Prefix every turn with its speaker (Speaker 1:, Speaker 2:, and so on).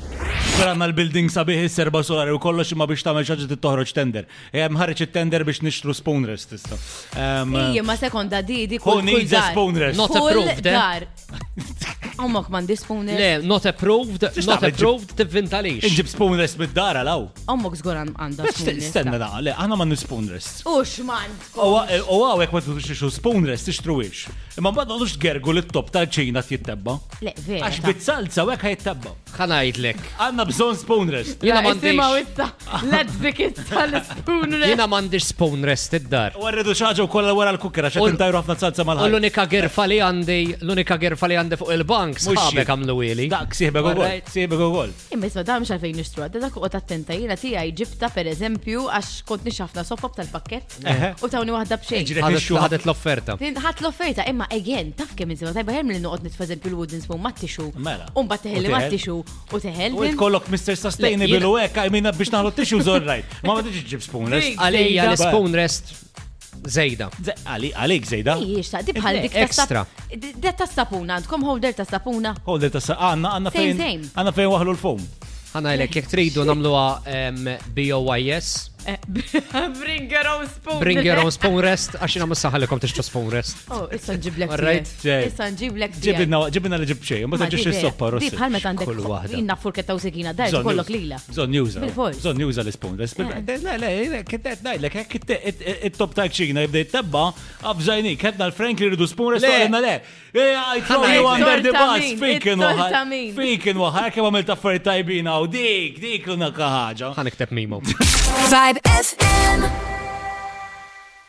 Speaker 1: allura għanna l-building sabiħ is-serba solari u kollox imma biex tagħmel xaġa tittoħroġ tender. Hemm ħareġ it-tender biex nixtru spawn rest issa. Ehm,
Speaker 2: Ija, ma sekonda di, di
Speaker 1: Who
Speaker 2: kull kull
Speaker 1: needs a
Speaker 2: dar.
Speaker 1: spawn rest?
Speaker 3: Not
Speaker 2: Kull
Speaker 3: approved, eh?
Speaker 2: dar. Omok man disponer.
Speaker 3: Le, not approved, not
Speaker 1: tagħmel ġib-
Speaker 3: approved, tivvinta lix.
Speaker 1: Inġib spawn rest mid-dara law.
Speaker 2: Omok zgur għanda
Speaker 1: Stenna da, le, għanna ma spawn rest.
Speaker 2: Ux man.
Speaker 1: U għawek ma t-tux ixu spawn rest ixtruwix. Imma bad għadux gergu l-top ta' ċina t-jittebba.
Speaker 2: Le,
Speaker 3: Eh,
Speaker 2: vera.
Speaker 1: Għax bit-salza u għek ħajtebba.
Speaker 3: Ħanajdlek.
Speaker 1: Għanna bżon spawn rest.
Speaker 3: Jena
Speaker 2: Sima
Speaker 3: mandiġ.
Speaker 2: wissa. Ledzik issa l-spooner.
Speaker 3: Jena mandiġ spawn rest id-dar.
Speaker 1: U għarridu xaġa u kolla wara l-kukkera xa
Speaker 3: U-
Speaker 1: tintajru ħafna salza
Speaker 3: U
Speaker 1: mal-ħal.
Speaker 3: l-unika gerfa li għandi, l-unika gerfa li għandi fuq il-bank,
Speaker 1: Mux
Speaker 3: sħabek
Speaker 1: xi.
Speaker 3: għamlu ili.
Speaker 1: Dak, siħbek u għol.
Speaker 3: Alright.
Speaker 1: Siħbek u għol.
Speaker 2: Imma jisma da mx għalfejn nishtru għadda dak uqot attenta jina ti għaj ġibta per eżempju għax kont nixafna sofob tal-pakket u tawni wahda bxejn.
Speaker 1: Iġri.
Speaker 3: Ħadet
Speaker 1: Nixxu
Speaker 3: ħadet l-offerta.
Speaker 2: Ħat l-offerta, imma again, taf kemm insima tajba ħem li noqgħod nitfa eżempju l-wooden spoon ma tixu.
Speaker 1: Mela.
Speaker 2: Umba teħelli
Speaker 1: U
Speaker 2: ma
Speaker 1: teħel.
Speaker 2: tixu u teħel.
Speaker 1: U jitkollok Mr. Sustainable u għek, għajmina biex naħlu t-tixu zorrajt. Ma ma t-tix ġib spawn rest.
Speaker 3: Għalija
Speaker 1: Zejda.
Speaker 3: l-spawn rest zejda.
Speaker 1: Ze- għali- Għalik zejda.
Speaker 2: Ijiex ta' dibħal dik
Speaker 3: Extra.
Speaker 2: Da ta' sapuna, għandkom holder ta' sapuna.
Speaker 1: Hold it, assa- għanna għanna
Speaker 2: Same,
Speaker 1: fejn.
Speaker 2: same.
Speaker 1: Għanna fejn waħlu l-fom.
Speaker 3: ħanajdlek, jek tridu namluwa em, BOYS,
Speaker 2: Eh, Bring your own spoon.
Speaker 3: bring your own spawn rest, għaxina mussaħalikom t-iċtu spawn rest.
Speaker 2: Oh, issa nġiblek.
Speaker 3: All right,
Speaker 1: ġej.
Speaker 2: Issa nġiblek.
Speaker 1: Ġibinna ġibinna li ġib xej, ma t-tix il-soppa rossi.
Speaker 2: Bħal meta
Speaker 3: Kull waħda.
Speaker 2: għandek inna furketta u sekina, dar kollok lila.
Speaker 1: Bżon juża.
Speaker 2: Bil-fors.
Speaker 1: Bżon juża l-isponders. Le, le, le, kittet najlek, il-top ta' ċina jibda jittabba, għabżajnik, għedna l-Frank li rridu sponders,
Speaker 3: Le.
Speaker 1: għedna le. I throw you
Speaker 3: Ħanajdlek.
Speaker 1: under the
Speaker 2: It-torta
Speaker 1: bus,
Speaker 2: min,
Speaker 1: fikin
Speaker 2: it-torta
Speaker 1: waħar.
Speaker 2: min.
Speaker 1: Fikin waħar, kem għamil ta' fer tajbina u dik, dik l-unaka ħagġa.
Speaker 3: ħanikteb mimo.
Speaker 4: Vibe FM.